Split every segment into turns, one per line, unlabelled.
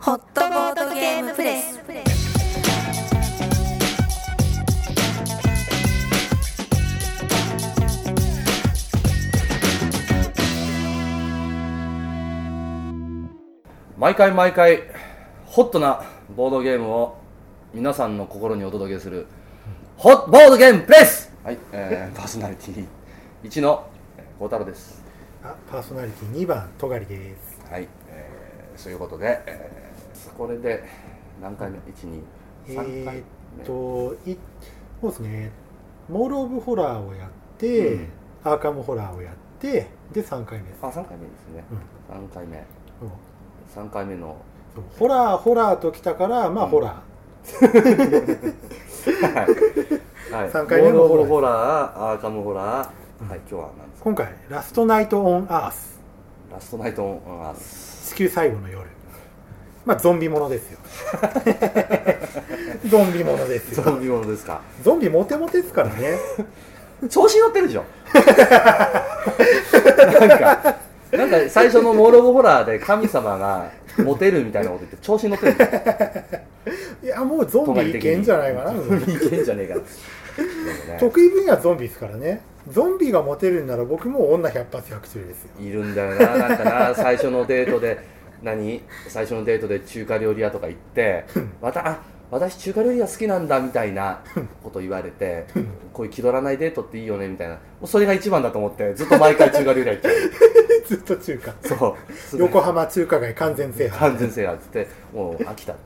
ホットボードゲームプレス。
毎回毎回ホットなボードゲームを皆さんの心にお届けするホットボードゲームプレスはい、 えー、パーソナリティ1の孝太郎です
あパーソナリティ2番戸狩です
はい、えー、そういうことで、えー、これで何回目
え
123回
ー
目、
っといそうですねモール・オブ・ホラーをやって、
うん
アーカム・ホラーをやってで3回目です
あ三3回目ですね、三3回目
うん
3回目の
そうホラーホラーときたからまあ、
うん
ホラ
はい、はい、
三回目の
モ
ホ
ー
ラー
ルホラーアーカムホラー、はい今日は何です
ー
か
今回「ラスト・ナイト・オン・アース
ラストナイトオンアース」
地球最後の夜まあゾンビもので すよゾンビものです
ゾ
よ
ンビものですか
ゾンビモテモテですから ね
調子に乗ってるで しょなんかなんか最初のモール・オブ・ホラーで神様がモテるみたいなこと言って調子に乗ってるんだよ
いやもうゾンビいけんじゃないかな
ゾンビいけんじゃねえかなでも
得意分野はゾンビですからねゾンビがモテるんなら僕も女100発100中ですよ
ねいるんだよななんかな最初のデートで何最初のデートで中華料理屋とか行 ってまたあ私中華料理屋好きなんだみたいなこと言われてこういう気取らないデートっていいよねみたいなもうそれが一番だと思ってずっと毎回中華料理屋行っちゃ
ずっと中華
うそう
横浜中華街完全制覇
完全制覇っつってもう飽きたっ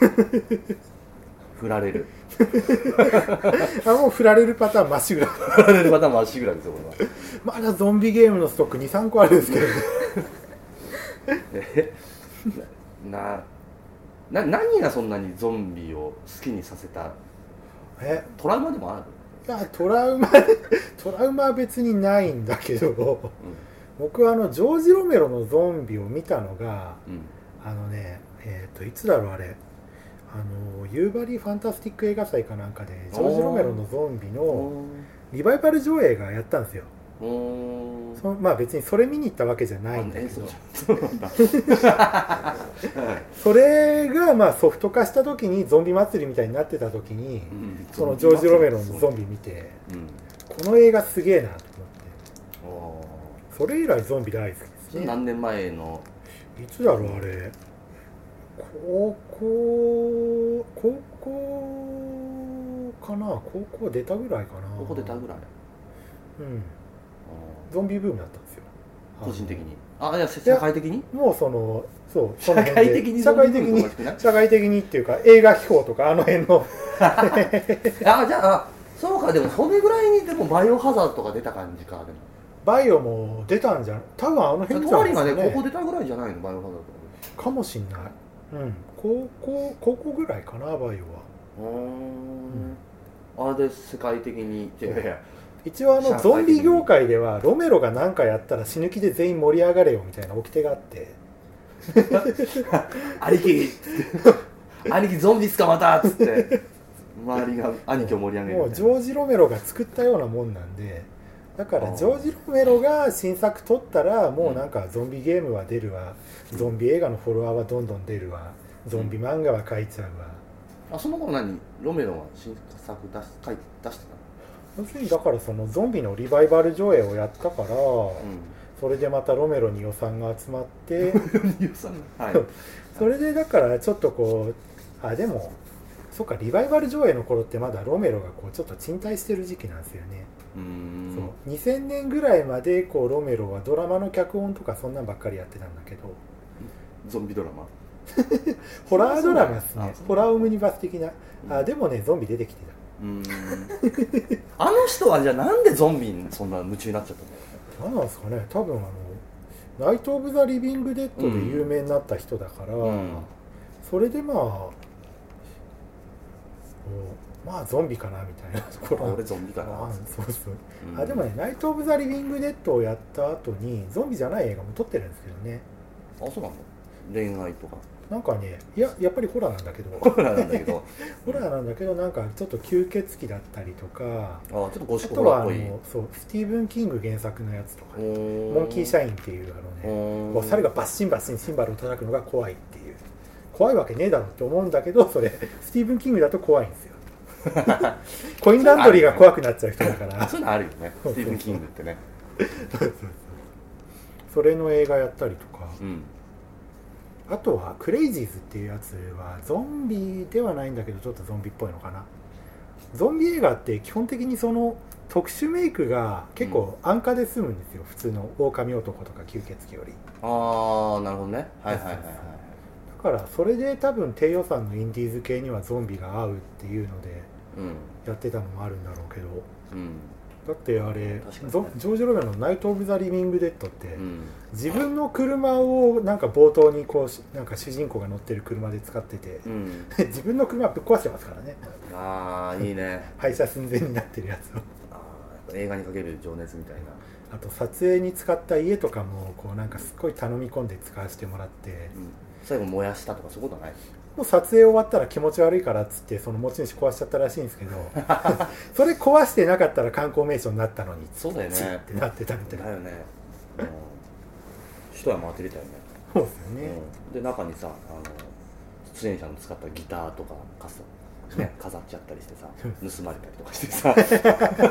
つって振られる
あもう振られるパターンまっしぐら
振られるパターンも足ぐらいですよこれは
まだゾンビゲームのストック23個あるんで すけどね
でなな何がそんなにゾンビを好きにさせた
え
トラウマでもある、
いやトラウマ トラウマは別にないんだけど 僕はあのジョージ・ロメロのゾンビを見たのが
うんうん、
あのねえっ、といつだろうあれあのユーバリー・ファンタスティック映画祭かなんかでジョージ・ロメロのゾンビのリバイバル上映がやったんですよ
うーん
そのまあ別にそれ見に行ったわけじゃないんだ
え
けど
そうそうなんだ
それがまあソフト化した時にゾンビ祭りみたいになってた時に
うん
そのジョージ・ロメロのゾンビ見て
うん
この映画すげえなと思って
おー
それ以来ゾンビ大好きです
それ
ね
何年前の
いつだろうあれ高校高校かな高校出たぐらいかな
ここ出たぐらい
うん
あ
ゾンビブームだったんですよ
ー個人的にあいやせ社会的に
あのもうそのそう
社
その辺
会
で
的に
社会的
ゾンビブームと
に
かじゃなく
社会的にっていうか映画秘宝とかあの辺の
あじゃあそうかでもそれぐらいにでもバイオハザードとか出た感じかでも
バイオも出たんじゃん多分あの辺じゃ
通
な
り
い
がね
ですかね
ここ出たぐらいじゃないのバイオハザードと
かもしんない、うん、高校高校ぐらいかなバイオは
かうんあれで世界的にいやいや
一応あ
社
の
会
ゾンビ業界ではロメロが何かやったら死ぬ気で全員盛り上がれよみたいな掟があって
兄貴兄貴ゾンビっすかまたっつって周りが兄貴を盛り上げる
も
み
う
た
ジ
いな
ョージ・ロメロが作ったようなもんなんでだか
あー
らジョージ・ロメロが新作撮ったらもうなんかゾンビゲームは出るわゾンビ映画のフォロワーはどんどん出るわゾンビ漫画は描いちゃうわ
あその頃何ロメロは新作出し書いて出して
要するにだからそのゾンビのリバイバル上映をやったから、
たの
それでまたロメロに予算が集まっ て
うん さんはい
それでだからちょっとこうあでもそっかリバイバル上映の頃ってまだロメロがこうちょっと沈滞してる時期なんですよね、
うーん
そう2000年ぐらいまでこうロメロはドラマの脚本とかそんなんばっかりやってたんだけど
ゾンビドラマ
ホラードラマです
あ
ね
そう
ホラーオムニバス的な
う
あ
ん
でもねゾンビ出てきてた
うーんあの人はじゃあなんでゾンビにそんな夢中になっちゃったの
何なんですかね多分あのナイト・オブ・ザ・リビング・デッドで有名になった人だから、
うん
それでまあこうまあゾンビかなみたいなとこ
あ
ろ
俺ゾンビかな
あそうそう、
うん
あでもね「ナイト・オブ・ザ・リビング・デッド」をやった後にゾンビじゃない映画も撮ってるんですけどね
あそうなの恋愛とか
なんかねいややっぱりホラーなんだ けど
ホラーなんだけ ど
ホラーなんだけどなんかちょっと吸血鬼だったりとか
あちょっとゴシッ
あ
プホ
と
ラー
は
っ
あ
ぽい
のそうスティーブン・キング原作のやつとか、
モ
モンキー・シャインっていうあのねこう猿がバッシンバッシンシンバルを叩くのが怖いっていう怖いわけねえだろって思うんだけどそれスティーブン・キングだと怖いんですよコインランドリーが怖くなっちゃう人だから
そういうのあるよね
そうそうそ
スティ
う
ーブン・キングってね
それの映画やったりとか
うん
あとはクレイジーズっていうやつはゾンビではないんだけどちょっとゾンビっぽいのかなゾンビ映画って基本的にその特殊メイクが結構安価で済むんですよ、普通の狼男とか吸血鬼より
ああなるほどねはいはいはいはい
だからそれで多分低予算のインディーズ系にはゾンビが合うっていうので
うん
やってたのもあるんだろうけど
うん
だってあれ
確かにね
ゾジョージ・ロメロの「ナイト・オブ・ザ・リビング・デッド」って、
うん
自分の車をなんか冒頭にこうしなんか主人公が乗ってる車で使ってて
うん
自分の車ぶっ壊してますからね
ああいいね
廃車寸前になってるやつを
あーやっぱ映画にかける情熱みたいな
あと撮影に使った家とかもこうなんかすっごい頼み込んで使わせてもらって
うん最後燃やしたとかそういうことはない
もう撮影終わったら気持ち悪いからっつってその持ち主壊しちゃったらしいんです けどそれ壊してなかったら観光名所になったのにっ
そうだよね
てなってたみたいな
だよねうん一山当てれたよね
そうですよね、
うんで中にさあの出演者の使ったギターとかカス ね、飾っちゃったりしてさ盗まれたりとかしてさ まあいいやそういう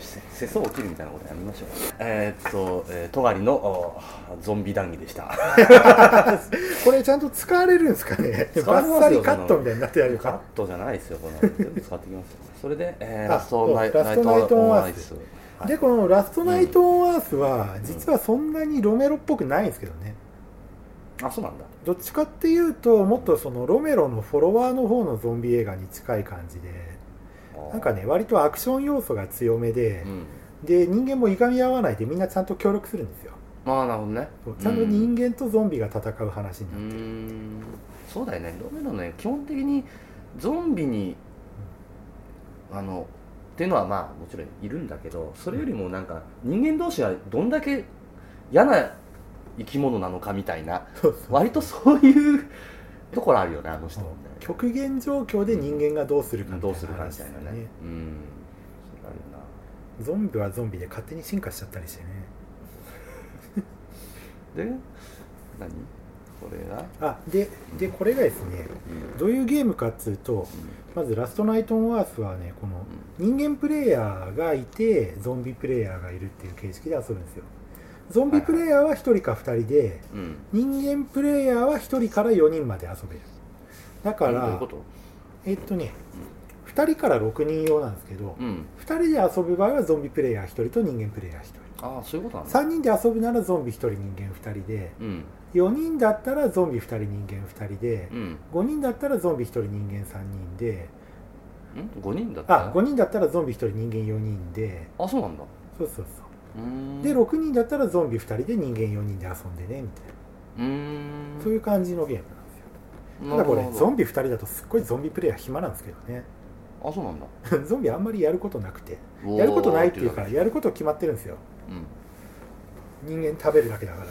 せ世相を切るみたいなことやめましょうえーっとえー戸狩、のおゾンビ談義でした
これちゃんと使われるんですかね
使われ
バ
ますよ
ッサリカットみたいになってやる
カッ
か
トじゃないですよこの全部使ってきますよそれで、えー、
あ
ラストナイ
そうラストナイトオン
ナイトオン
アース
アース
でこの「ラストナイト・オン・アース」は実はそんなにロメロっぽくないんですけどね
はいあそうなんだ
どっちかっていうともっとそのロメロのフォロワーの方のゾンビ映画に近い感じでなんかね割とアクション要素が強めで、
うん
で人間もいがみ合わないでみんなちゃんと協力するんですよ
まあなるほどね
そうちゃんと人間とゾンビが戦う話に
う
なる、
んそうだよねロメロね基本的にゾンビにあのっていうのはまあもちろんいるんだけどそれよりもなんか人間同士がどんだけ嫌な生き物なのかみたいな
そうそう
割とそういうところあるよねあの人もね
極限状況で人間がどうするかみた
ど
いうな
するかみ
話
たい
ですよ
なねうんそうなるよな
ゾンビはゾンビで勝手に進化しちゃったりしてね
で何これが、
あででこれがですね
うん
どういうゲームかっつうとまず「ラストナイト・オン・アース」はねこの人間プレイヤーがいてゾンビプレイヤーがいるっていう形式で遊ぶんですよゾンビプレイヤーは1人か2人で
うんうん、
人間プレイヤーは1人から4人まで遊べるだか
どういう
ら
こと
えっとね2人から6人用なんですけど
うん
2人で遊ぶ場合はゾンビプレイヤー1人と人間プレイヤー1人
ああそういうことなんだ
3人で遊ぶならゾンビ1人人間2人で
うん
4人だったらゾンビ2人人間2人で
うん
5人だったらゾンビ1人人間3人で
ん5人だった
あ5人だったらゾンビ1人人間4人で
あそうなんだ
そうそう
うー
そ
ん
うで6人だったらゾンビ2人で人間4人で遊んでねみたいな
うーん
そういう感じのゲームなんですよた
な
だ
る
こ
ほ
れ
ど
ゾンビ2人だとすっごいゾンビプレイヤー暇なんですけど ね
あそうなんだ
ゾンビあんまりやることなくてやることないっていうか
う
やること決まってるんですよ
ん
人間食べるだけ だから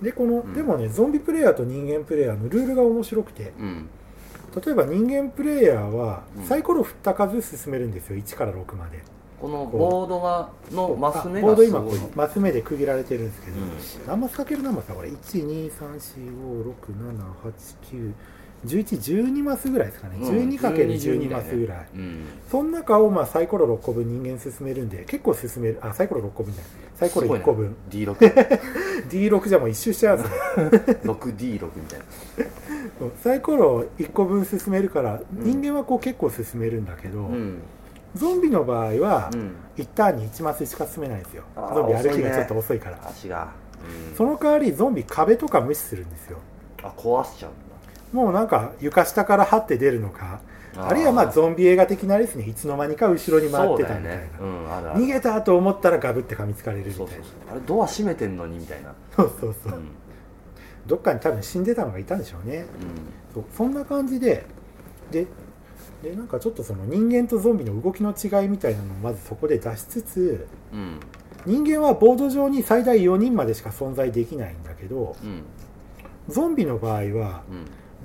でこの、
うん
でもねゾンビプレイヤーと人間プレイヤーのルールが面白くて
うん
例えば人間プレイヤーは
うん
サイコロ振った数進めるんですよ1から6まで
このボードがのマス目
あボ
が
ード
す
今こ
ごいう
マス目で区切られてるんですけど、
う
何マスかける何マスだこれ1234567891112マスぐらいですかね、
うん
12かける12マスぐらい、
うん
その中をまあサイコロ6個分人間進めるんで結構進めるあサイコロ6個分じゃないサイコロ1個分、
すごい ね
D6 じゃもう一周しちゃうやつ
D66D6 みたいな
サイコロ1個分進めるから
ん
人間はこう結構進めるんだけど、
うん
ゾンビの場合は
うん
1ターンに1マスしか進めないんですよ
あー
ゾンビ歩
遅
き
いね
がちょっと遅いから
足がうん
その代わりゾンビ壁とか無視するんですよ
あ壊しちゃうんだ
もうなんか床下から這って出るのか
あー
あるいはまあゾンビ映画的なですねいつの間にか後ろに回ってた
そう
みたいな、
だよねうんあるある
逃げたと思ったらガブって噛みつかれるみた
そう
い
そう
な
そうあれドア閉めてんのにみたいな
そうそうそううんどっかに多分死んでたのがいたんでしょうね
うん
そうそんな感じでででなんかちょっとその人間とゾンビの動きの違いみたいなのをまずそこで出しつつ
うん
人間はボード上に最大4人までしか存在できないんだけど
うん
ゾンビの場合は
うん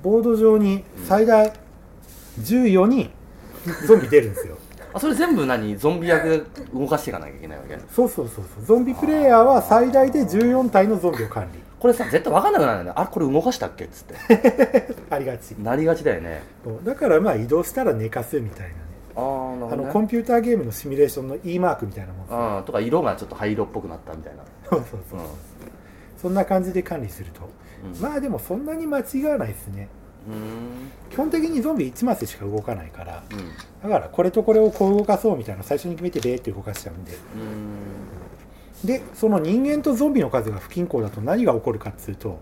ボード上に最大14人ゾンビ出るんですよ
ああそれ全部何ゾンビ役で動かしていかなきゃいけないわけ
そうそうそうそうゾンビプレイヤーは最大で14体のゾンビを管理
これさ絶対分かんなくなるんだよねあれこれ動かしたっけっつって
ありがち
なりがちだよね
そうだからまあ移動したら寝かすみたいなね
ああなる
あ
ほど、
の
ね、
コンピューターゲームのシミュレーションの E マークみたいなもんです
うん、とか色がちょっと灰色っぽくなったみたいな、
そうそうそう
う
そんな感じで管理すると
んうん
まあでもそんなに間違わないですね
うーん
基本的にゾンビ1マスしか動かないから
うんう
だからこれとこれをこう動かそうみたいなの最初に決めてレーって動かしちゃうんで
ーん
でその人間とゾンビの数が不均衡だと何が起こるかっつうと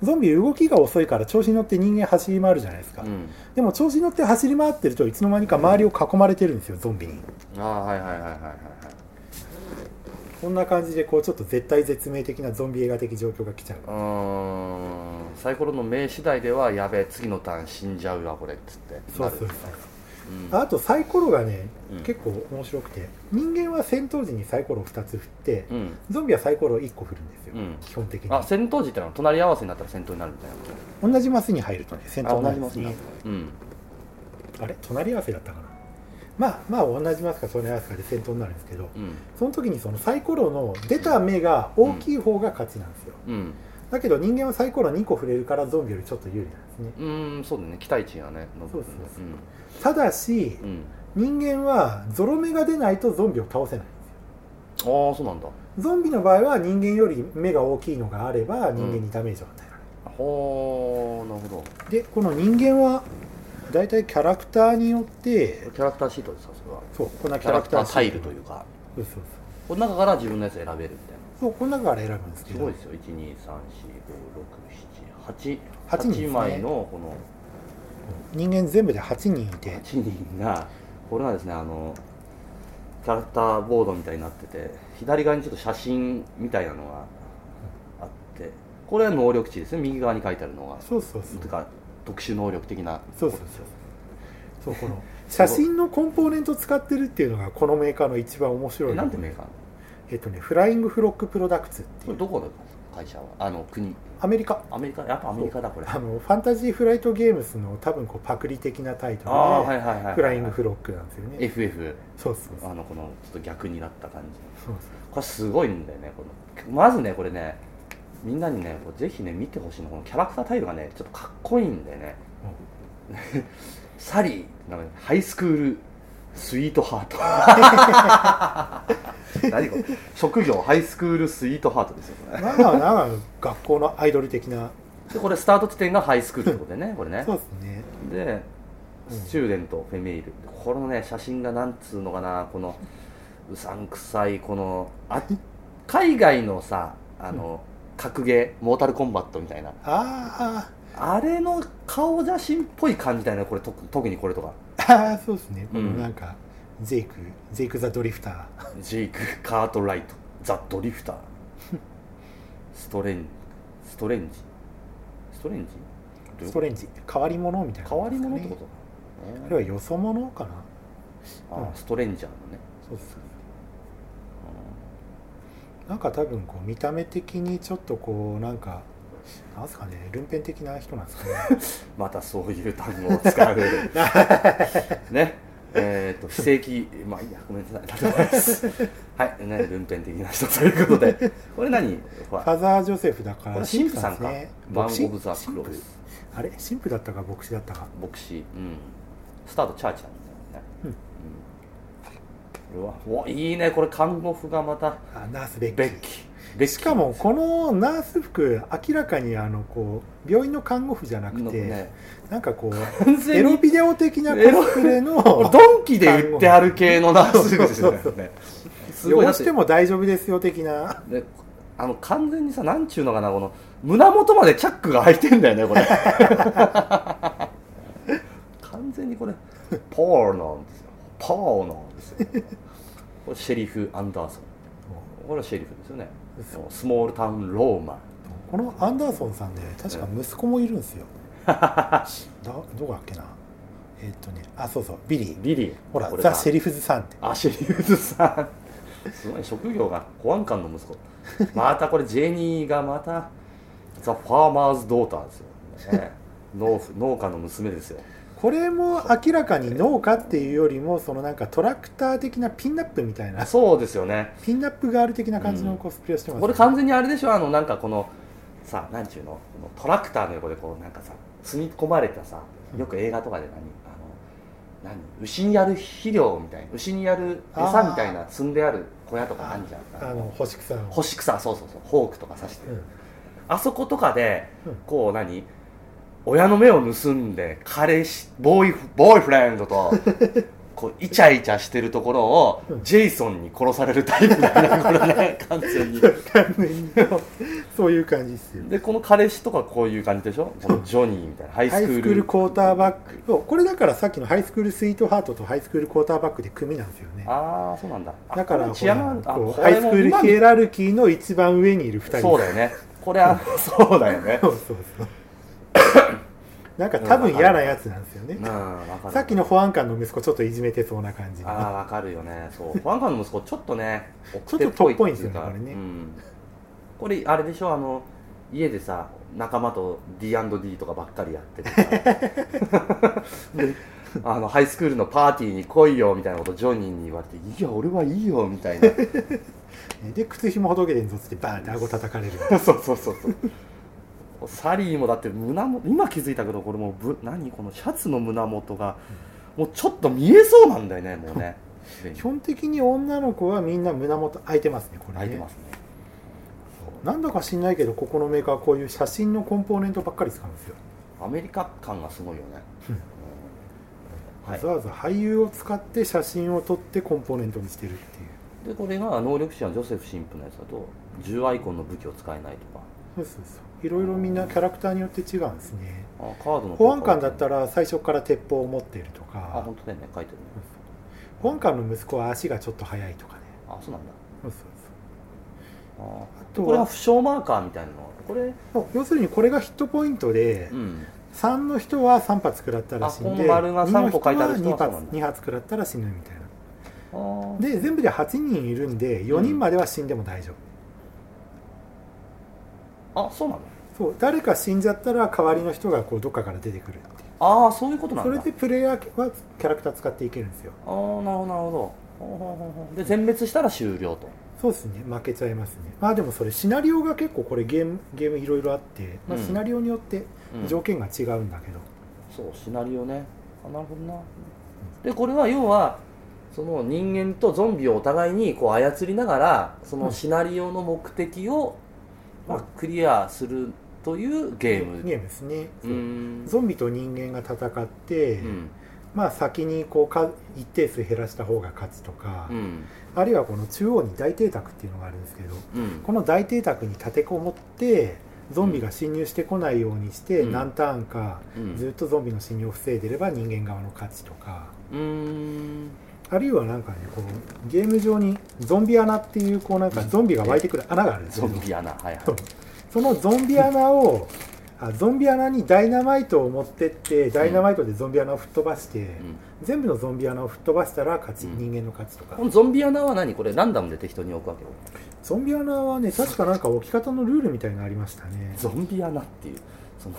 うん
ゾンビ動きが遅いから調子に乗って人間走り回るじゃないですか、
うん
でも調子に乗って走り回ってるといつの間にか周りを囲まれてるんですよゾンビに
ああはいはいはいはいはいはい
こんな感じでこうちょっと絶対絶命的なゾンビ映画的状況が来ちゃう
うーんサイコロの名次第ではやべえ次のターン死んじゃうわこれっつって
そうそうそう
なるうん
あとサイコロがね、
うん
結構面白くて人間は戦闘時にサイコロを2つ振って、
うん
ゾンビはサイコロを1個振るんですよ、
うん
基本的に
あ戦闘時ってのは隣り合わせになったら戦闘になるみたいな
同じマスに入るとね戦闘同じマスに
うん
あれ隣り合わせだったかなまあまあ同じマスか隣り合わせかで戦闘になるんですけど
うん
その時にそのサイコロの出た目が大きい方が勝ちなんですよ、
うん
だけど人間はサイコロ2個振れるからゾンビよりちょっと有利なんですね
うーんそうだね期待値がね伸びるね
そうそうただし
うん、
人間はゾロ目が出ないとゾンビを倒せない
うん、ああそうなんだ
ゾンビの場合は人間より目が大きいのがあれば人間にダメージを与えられる、
ほーなるほど
でこの人間はだいたいキャラクターによって
キャラクターシートですかそれは
そうこんな
キ
キ
ャ
ャ
ラ
ラ
ク
ク
タ
タ
ー
ー
タイルというか
そうそうそう
この中から自分のやつ選べるみたいな
そうこの中から選ぶんですけ
す
ど
ごいですよ
八人ですね
123456788枚のこの
人間全部で8人いて
8人がこれがですねあのキャラクターボードみたいになってて左側にちょっと写真みたいなのがあってこれは能力値ですね右側に書いてあるのが
そうそうそう
てか特殊能力的な
そうそうそうそうこの 写真のコンポーネント使ってるっていうのがこのメーカーの一番面白
え
い
なんてメーカー
えっとねフライングフロックプロダクツっ
こ
てい
れ
う
どこの会社はあの国
アメリカ
アメリカやっぱアメリカだこれ
あのファンタジーフライトゲームスの多分こうパクリ的なタイトルで、
あーはいはいはいはい
フライングフロックなんですよね、
FF
そうそうそう
あのこのちょっと逆になった感じ
そう
これすごいんだよねこのまずねこれねみんなにねこうぜひね見てほしいのこのキャラクタータイルがねちょっとかっこいいんだよ ねサリーって名前ハイスクールスイートハー ト何これ職業ハイスクールスイートハートですよこれ
まあまあまあ学校のアイドル的な
でこれスタート地点がハイスクールってことでねこれね
そうですね
で
うん
スチューデントフェメイルこのね写真がなんつうのかなこのうさんくさいこのあ海外のさあの、格ゲーモータルコンバットみたいな
あ
あれの顔写真っぽい感じだよねこれと特にこれとか
ーあーそうですね
う
こ
ん
のなんか、ジェイクジェイク・ザ・ドリフター
ジェイク・ カートライトザ・ドリフターストレンストレンジストレンジどういうこ
スト
と
レンジ変わり者みたいな
変わ
も
り
の
者
で
って
すかね
こと
あれはよそ者かな
あー
うん
ストレンジャーのね
そうそうなんか多分こう見た目的にちょっとこうなんかなんすかねルンペン的な人なんですかね
またそういう単語を 使うねえっと非正規まあいいやごめんなさいはいね文編的な人ということでこれ何ほ
フ
ら
ァザー・ジョセフだか
こ
ら
れ神父さんか
ですね
バン・
牧師
オブ・ザ・クロー
神父
ス
あれ神父だったか牧師だったか
牧師うんスタートチャーチなんだよねうんこれはおいいねこれ看護婦がまた
あナースベッキ
ベ
ー
ッキーベッキー
しかもこのナース服明らかにあのこう病院の看護婦じゃなく
の
て、
ね
なんかこう
完全
エ
に
ロビデオ的なコ
エロ
スプ レの
これドンキで売ってある系のナースですよねすごいだ
汚
っ
して
て
も大丈夫ですよ的な
であの完全にさなんちゅうのかなこの胸元までチャックが開いてんだよねこ れ完全にこれポーノなんですよポーノなんですよこれシェリフ・アンダーソンこれはシェリフですよね
そう
スモールタウン・ローマ
このアンダーソンさんね確か息子もいるんで すよだどこだっけなえーっとねあそうそうビリー
リリー
ほら
これだ
ザ・シェリフズさんって
あシェリフさんすごい職業が保安官の息子またこれジェニーがまたザ・ファーマーズ・ドーターですよ、ね、農夫農家の娘ですよ
これも明らかに農家っていうよりもそのなんかトラクター的なピンナップみたいな
そうですよね
ピンナップガール的な感じのコスプレをしてます、ね
これ完全にあれでしょあのなんかこのさなんちゅうのこのトラクターの横でこうなんかさ積み込まれたさよく映画とかで何あの何牛にやる肥料みたいな牛にやる餌みたいな積んである小屋とかあるじゃん
あの干し草の
干し草そうそうそうフォークとか刺して
うん
あそことかで
うん
こう何親の目を盗んで彼氏ボーイフボーイフレンド とこうイチャイチャしてるところを
うん
ジェイソンに殺されるタイプだなこれね完全 に
完全にそういう感じですよ
でこの彼氏とかこういう感じでしょこのジョニーみたいなハイス
ハイ
ク
ス
ー
クール
ル
クォーターバックそうこれだからさっきのハイスクールスイートハートとハイスクールクォーターバックで組なんですよね
ああそうなんだあ
だから
これ
ほ
治安があるあ
らこう
こ
ハイ
れ
ス
も
クール
今
ヒエラルキーの一番上にいる2 人
そうだよねこれあ のそうだよね
そうそうそうなんか多分嫌なやつなんですよね、
うんわかる
さっきの保安官の息子ちょっといじめてそうな感じ
ああわかるよねそう保安官の息子ちょっとね
ちょっとトップっぽいんですよね
か
これね
うん、これあれでしょあの家でさ仲間と D&D とかばっかりやってて さあのハイスクールのパーティーに来いよみたいなことジョニーに言われて「いや俺はいいよ」みたいな
で靴ひもほどけてんぞっつってバーンって顎叩かれる
そうそうそうそうサリーもだって胸も今気づいたけどこれもうぶ何このシャツの胸元がもうちょっと見えそうなんだよねも うね
基本的に女の子はみんな胸元開いてますねこれね
開いてますね
なんだか知んないけどここのメーカーはこういう写真のコンポーネントばっかり使うんですよ、
アメリカ感がすごいよね、うんはい
わざわざ俳優を使って写真を撮ってコンポーネントにしてるってい
で
う
これが能力者のジョセフ神父のやつだと銃アイコンの武器を使えないとか
そうそうそういろいろみんなキャラクターによって違うんですね
あカードの
保安官だった
ら
ら最初から鉄砲を持っていると
あ
か
本当だよね書いてるね
保安官の息子は足がちょっと速いとかね
あそうなんだ
そうそう
あ
そうあ
で
と
これが
は
負傷マーカーみたいなのこれ
そう要するにこれがヒットポイントで、
うん
3の人は3発食らったら死んで
あこの丸が
2の
3
人
個書いてある人は
は
そうなんだ
2発食らったら死ぬみたいな
あー
で全部で8人いるんで4人までは死んでも大丈夫、
あそうなの
そう誰か死んじゃったら代わりの人がこうどっかから出てくるっていう
ああそういうことなん
そ
だ
れでプレイヤーはキャラクター使っていけるんですよ
ああなるほどなるほどほうほうほうほうで全滅したら終了と
そうですね負けちゃいますねまあでもそれシナリオが結構これゲームゲームいろいろあって、まあ、
うん
シナリオによって
うん
条件が違うんだけど、
そうシナリオねあなるほどなでこれは要はその人間とゾンビをお互いにこう操りながらそのシナリオの目的を、まあ、クリアするというゲーム
ゲームですね、
うーん
ゾンビと人間が戦って、
うん
まあ、先にこうか一定数減らした方が勝つとか、
うん
あるいはこの中央に大邸宅っていうのがあるんですけど
うん
この大邸宅に立てこもってゾンビが侵入してこないようにして、
うん
何ターンか
うん
ずっとゾンビの侵入を防いでれば人間側の勝ちとか
うーん
あるいはなんかねこうゲーム上にゾンビ穴っていうこうなんかゾンビが湧いてくる穴があるんです
ゾ
よ
ンビ穴はいはい
そうそのゾンビ穴をあゾンビ穴にダイナマイトを持ってってダイナマイトでゾンビ穴を吹っ飛ばして、
うん
全部のゾンビ穴を吹っ飛ばしたら勝ち、
うん
人間の勝ちとか
このゾンビ穴は何これランダムで適当に置くわけよ
ゾンビ穴はね確かなんか置き方のルールみたいなのありましたね
ゾンビ穴っていうその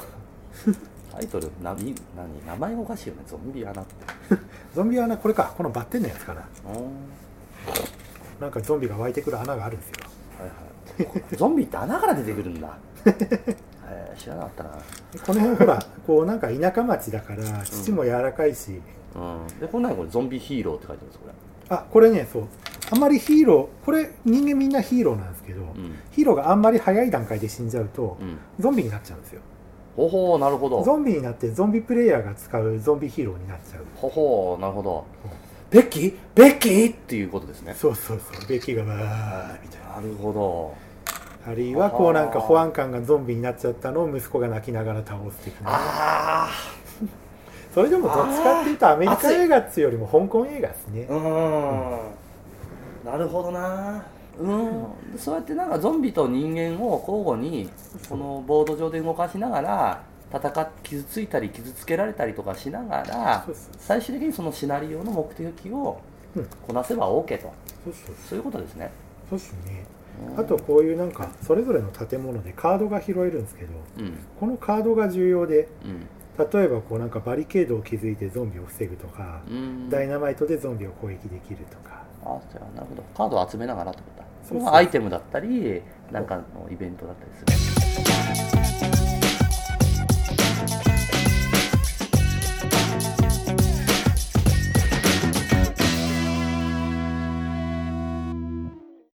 タイトルなみ何名前がおかしいよねゾンビ穴って
ゾンビ穴これかこのバッテンのやつかな
うーん
なんかゾンビが湧いてくる穴があるんですよ
はいはい、ゾンビって穴から出てくるんだ、 えー知らなかった
でこの辺ほらこうなんか田舎町だから土も柔らかいし、
な、うん、でこの中にこれゾンビヒーローって書いてますこれ、
あこれねそうあんまりヒーローこれ人間みんなヒーローなんですけど、
うん
ヒーローがあんまり早い段階で死んじゃうと、
うん、
ゾンビになっちゃうんですよ
ほほうなるほど
ゾンビになってゾンビプレイヤーが使うゾンビヒーローになっちゃう
ほほうなるほど
うん
ベッキーベッキーっていうことですね
そうそうそうベッキーがわーみたいな
なるほど
あるいはこうなんか保安官がゾンビになっちゃったのを息子が泣きながら倒す的な
あ
それでもどっちかっていうとアメリカ映画っつうよりも香港映画ですね
あうーんなるほどなうんそうやってなんかゾンビと人間を交互にこのボード上で動かしながら戦っ傷ついたり傷つけられたりとかしながら
そうそう
最終的にそのシナリオの目的を
うん
こなせば OK と
そうそう
そういうことですね
そうっすねあとこういうなんかそれぞれの建物でカードが拾えるんですけど
うん
このカードが重要で
うん
例えばこうなんかバリケードを築いてゾンビを防ぐとか、
うん
ダイナマイトでゾンビを攻撃できるとか
あじゃあなるほどカードを集めながらってことだそ
そうそう
れはアイテムだったりなんかのイベントだったりする